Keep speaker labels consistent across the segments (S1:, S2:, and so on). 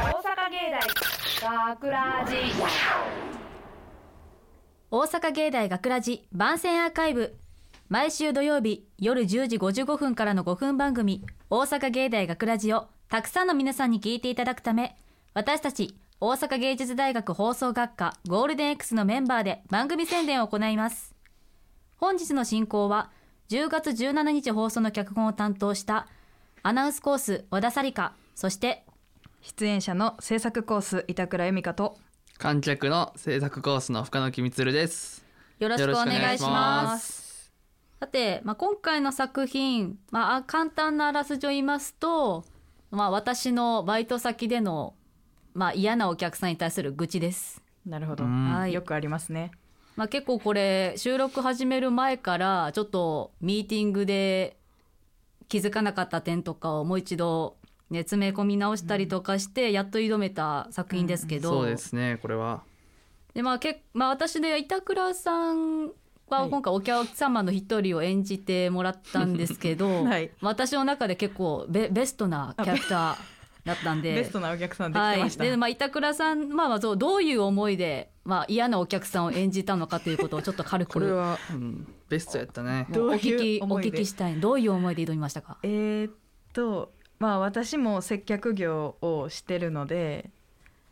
S1: 芸大学ラジ
S2: 大阪芸大学ラジ番宣アーカイブ毎週土曜日夜10時55分からの5分番組「大阪芸大学ラジをたくさんの皆さんに聞いていただくため私たち大阪芸術大学放送学科ゴールデン X のメンバーで番組宣伝を行います本日の進行は10月17日放送の脚本を担当したアナウンスコース小田紗理香そして
S3: 出演者の制作コース板倉由美香と
S4: 観客の制作コースの深野木光です。
S2: よろしくお願いし
S4: よろしくお願いし
S2: ま。
S4: ます
S2: さて、まあ、今回の作品、まああ、簡単なあらすじを言いますと、まあ、私のバイト先での、まあ、嫌なお客さんに対する愚痴です。
S3: なるほど、
S4: うん
S2: はい
S3: よくありますね
S2: まあ、結構これ収録始める前からちょっとミーティングで気づかなかった点とかをもう一度、ね、詰め込み直したりとかしてやっと挑めた作品ですけど、
S4: そうですね、これは。
S2: でまあけまあ私で板倉さん
S3: は
S2: はい今回お客様の一人を演じてもらったんですけど、
S3: はい
S2: まあ私の中で結構ベベストなキャラクターだったんで。
S3: ベストなお客さんできて
S2: は
S3: ま
S2: い、
S3: した、
S2: で、まあ、板倉さん、まあまあ、そう、どういう思いで、まあ、嫌なお客さんを演じたのかということをちょっと軽
S4: これ
S2: く。
S4: は、うん、ベストやったね。
S2: もうお聞
S3: どうい
S2: き、
S3: う
S2: お
S3: 思いで
S2: 聞きしたい、どういう思いで挑みましたか。
S3: えーっとまあ私も接客業をしてるので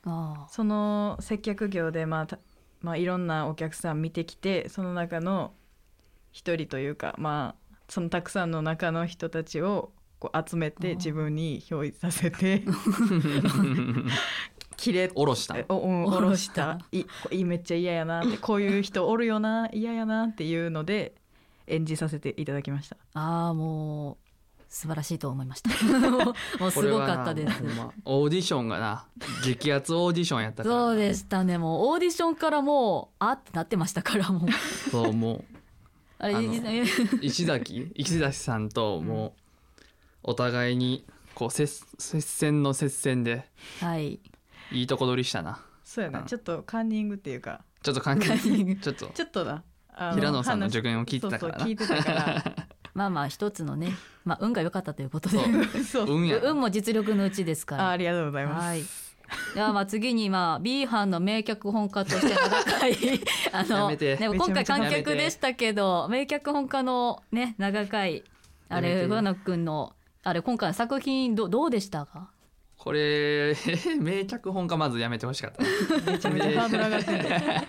S2: あ
S3: その接客業で、まあたまあ、いろんなお客さん見てきてその中の一人というかまあそのたくさんの中の人たちをこう集
S2: あ
S3: め
S2: ー
S3: て自分に憑依させて キレ
S4: おろしたの。
S3: おうん
S2: 下
S3: 下
S2: ろ
S3: ろ
S2: し
S3: したた いこいめっちゃ嫌やなってこういう人 おるよな嫌やなっていうので演じさせていただきました
S2: あ、ああもう。素晴らしいと思いました。 もうもう
S4: こ
S2: す
S4: れ
S2: ご
S4: はな
S2: かったです
S4: ほ。んまオーディションがな、激アツオーディションやったから。
S2: そうでしたねもうオーディションからもうあってなってましたから もう
S4: そう、も
S2: あれ
S4: あの
S2: いいね
S4: う、石崎、石崎さんと、もう、お互いに、こう、接接戦の接戦で、
S2: はい
S4: いいとこ取りしたな。
S3: そうやな
S4: うん
S3: ちょっとカンニングっていうか
S4: ちょっと 関係
S2: カンニング
S4: ちょっと、
S3: ちょっとなあ
S4: 平野さんの
S3: 話
S4: 助言を聞いてたから
S3: そうそう聞いてたから
S2: まあまあ一つのね、まあ、運が良かったということで
S4: そう
S3: そう
S4: 運や な。
S2: 運も実力のうちですか
S3: ああ
S2: ら
S3: りがとうございます、
S2: はいではまあ次にまあ B 班の名脚本家として名高い あ
S4: や
S2: の、
S4: めて
S2: ね、
S3: め
S2: 今
S3: ちゃ
S2: 回
S3: めちゃ
S2: 観
S4: やめ
S2: 客
S4: て
S2: でしたけど名脚本家のね名高いあ
S4: やめ
S2: れ
S4: て
S2: 上野くんのあれ今回の作品どどうでしたか
S4: これ、名脚本家まずやめてほしかった。
S3: めちゃめちゃハードル上がって る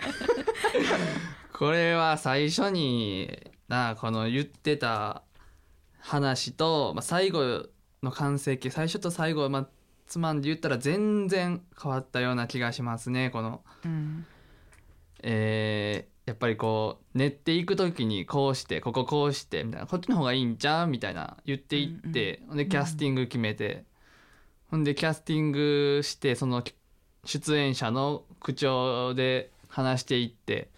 S4: これは最初になこの言ってた話と、まあ、最後の完成形最初と最後、まあ、つまんで言ったら全然変わったような気がしますねこの、
S3: うん
S4: えーやっぱりこう練っていく時にこうしてこここうしてみたいなこっちの方がいいんちゃうみたいな言っていって、ほんでキャスティング決めて、ほんでキャスティングしてその出演者の口調で話していって。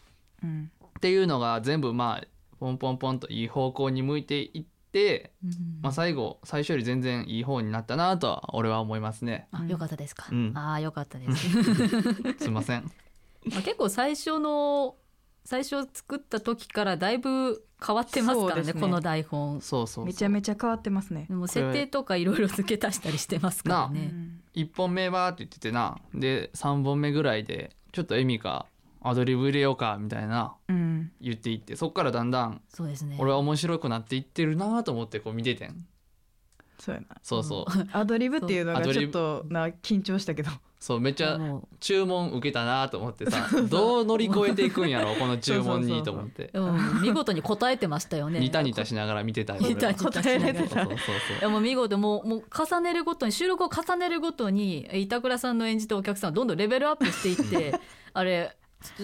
S3: うん
S4: っていうのが全部まあポンポンポンといい方向に向いていって、まあ、最後最初より全然いい方になったなとは俺は思いますね
S2: あ良かったですか、
S4: うん
S2: ああ良かったです
S4: すいませ ん
S2: まあ、結構最初の最初作った時からだいぶ変わってますか
S3: そう
S2: ら
S3: で
S2: ね
S3: すね
S2: この台本
S4: そうそうそう
S3: めちゃめちゃ変わってますね
S2: でも設定とかいろいろ付け足したりしてますから
S3: う
S2: ね
S3: ん
S4: 1本目はって言っててなで3本目ぐらいでちょっとエミかアドリブ入れようかみたいな
S3: うん
S4: 言っていってそっからだんだん
S2: そうですね
S4: 俺は面白くなっていってるなと思ってこう見ててん
S3: そうやな
S4: そうそう、
S3: アドリブっていうの
S4: ア
S3: が
S4: ド
S3: ち
S4: リ
S3: ょっ
S4: ブ
S3: とな緊張したけど
S4: そうめっちゃ
S2: も
S4: 注文受けたなと思ってさどう乗り越えていく んやろこの注文にと思って
S2: ううん見事に答えてましたよね
S4: ニタニタしながら見てたよ。
S2: ニタニタしながら
S4: 俺はそうそうそう
S2: い
S4: そ
S2: やもう見事もうもう重ねるごとに収録を重ねるごとに板倉さんの演じたお客さんはどんどんレベルアップしていって あれ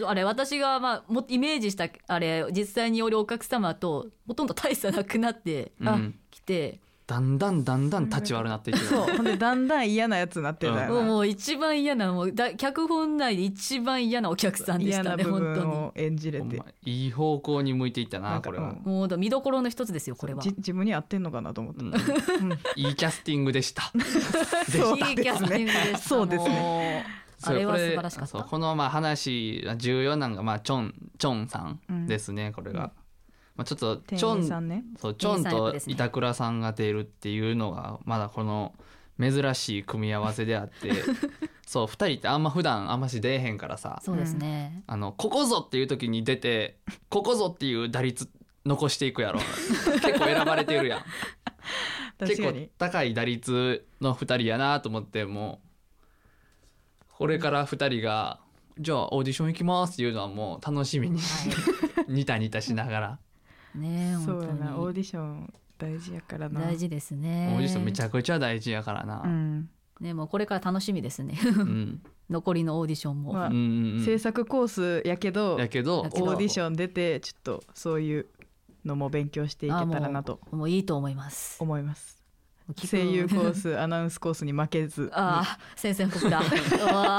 S2: あれ私がまあもイメージしたあれ実際におるお客様とほとんど大差なくなって
S4: う。うん。
S2: きて、
S4: だんだんだんだん立ち悪なっていってた。
S3: そうほんでだんだん嫌なやつになってたよな
S4: うん
S2: もうもう一番嫌なもうだ脚本内で一番嫌なお客さんでし
S3: 嫌
S2: た
S3: な
S2: ね
S3: 部
S2: 本当
S3: 分
S2: に
S3: を演じれ
S4: ほん
S3: て
S4: まいい方向に向いていったな
S3: なん
S4: こ
S3: か
S4: れは。
S3: うん
S2: もう見どころの一つですよこれは。
S3: じ自分に合ってんのかなと思っ
S4: う
S3: た、
S4: ん
S3: うん
S4: いいキャスティングでした。
S3: そう
S2: いいキャスティングでした
S3: そうですね
S2: ねあれは素晴らしかっ
S4: そう
S2: た
S4: このまあ話重要なのがまあチョンチョンさんですねこれ
S3: うん
S4: が。まあちょっとチ
S3: 店
S4: ョ
S3: 員
S4: ン
S3: さんね
S4: そうチョ
S2: 店員
S4: ン
S2: さん役
S4: と
S2: ですね
S4: 板 倉さんが出るっていうのがまだこの珍しい組み合わせであってそう2人ってあんま普段あんまし出えへんからさ
S2: そうですね、
S4: あのここぞっていう時に出てここぞっていう打率残していく やろ結構選ばれてるやん
S3: 確
S4: 結
S3: か
S4: 構
S3: に
S4: 高い打率の2人やなと思ってもうこれから2人が「じゃあオーディション行きます」っていうのはもう楽 しみにニタニタしながら
S2: ねえ
S3: そうや
S2: 本
S3: な
S2: 当
S3: オー
S2: に
S3: ディション大事やからな
S2: 大事です
S4: オ
S2: ね
S4: ーディションめちゃくちゃ大事やから
S3: う
S4: な。
S3: ん、
S2: ねもうこれから楽しみですね
S4: うん
S2: 残りのオーディションも、
S4: う
S3: まあ
S4: んうんうん
S3: 制作コースやけど
S4: やけど
S2: や
S3: オーディシ
S4: ン
S3: ョン出てちょっとそういうのも勉強していけたらなと
S2: あもうもういいと思います
S3: 思います
S2: 聞く
S3: 声優コースアナウンスコースに負けず
S2: ああ先生っぽ くだあ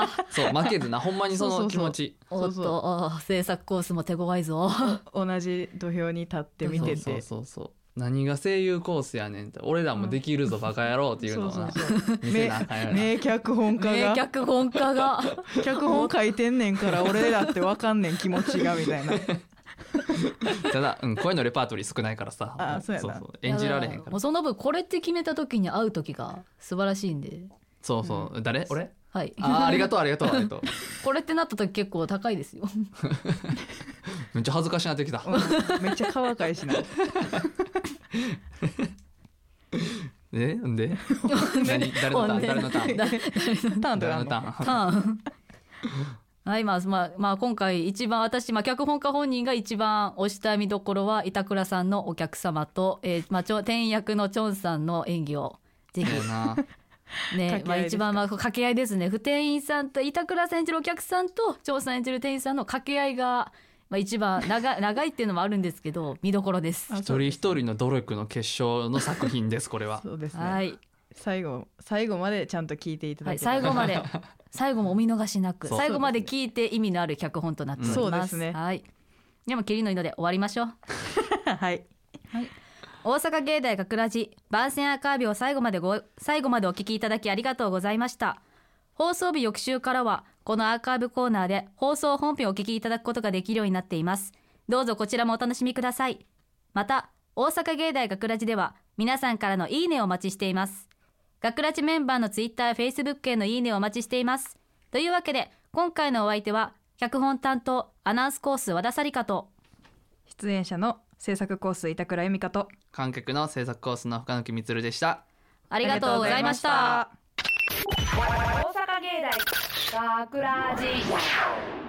S2: あ
S4: そう負けずなほんまにそ
S3: そうそう
S4: の気
S3: そう
S4: 持ち
S2: おっ
S3: そうそ
S2: とああ制作コースも手強いぞ
S3: 同じ土俵に立って見
S2: そう
S3: て
S2: 出
S4: そう
S3: て
S4: そうそう何が声優コースやねんって俺らもできるぞバカ野郎っていうのをな
S3: そうそうそう
S4: 見せなあかんよな
S3: 名脚本家
S2: 名
S3: が
S2: 脚本家が
S3: 脚本書いてんねんから俺らってわかんねん気持ちがみ たいな
S4: ただ、うん、声のレパートリー少ないからさ
S3: あそうやな
S4: 演じられへん
S2: だ
S4: から
S2: もうその分これって決めた時に会う時が素晴らしいんで
S4: そうそう、誰俺
S2: はい
S4: あーありがとうありがとうありがとう
S2: これってなった時結構高いですよ
S4: めっちゃ恥ずかしなってきた、
S3: うんめっちゃ乾かいしな
S4: え んで何誰のターン誰 のターン
S2: だ
S3: ターンと
S4: 誰
S3: かあ
S4: の
S3: んの
S4: ターン
S2: ターンはいまあまあまあ、今回一番私、まあ、脚本家本人が一番推した見どころは板倉さんのお客様と、えーまあ、ちょ店員役のチョンさんの演技をぜひ
S4: そうやな
S2: ね
S3: 掛け合いですか
S2: まあ、一番まあ掛け合いですね不店員さんと板倉さん演じるお客さんと張さん演じる店員さんの掛け合いが、まあ、一番長い 長いっていうのもあるんですけど見どころです。
S3: あ
S4: 一人一人の努力の結晶の作品ですこれは
S3: そうですね、
S2: はい、
S3: 最後最後までちゃんと聞いていただ
S2: は
S3: け
S2: い、
S3: たら
S2: 最後まで最後もお見逃しなく
S4: そう
S2: 最後まで聞いて意味のある脚本となっております。
S3: そうですね
S2: はい、でも切りのいいので終わりましょう。
S3: はい
S2: 大阪芸大学ラジ番宣アーカイブを最後までご最後までお聞きいただきありがとうございました放送日翌週からはこのアーカイブコーナーで放送本編をお聞きいただくことができるようになっていますどうぞこちらもお楽しみくださいまた大阪芸大学ラジでは皆さんからのいいねをお待ちしています学ラジメンバーのツイッター、フェイスブックへのいいねをお待ちしていますというわけで今回のお相手は脚本担当アナウンスコース和田紗理香と
S3: 出演者の制作コース板倉由美香と
S4: 観客の制作コースの深野木充でした
S2: ありがとうございました
S1: 大阪芸大学ラジ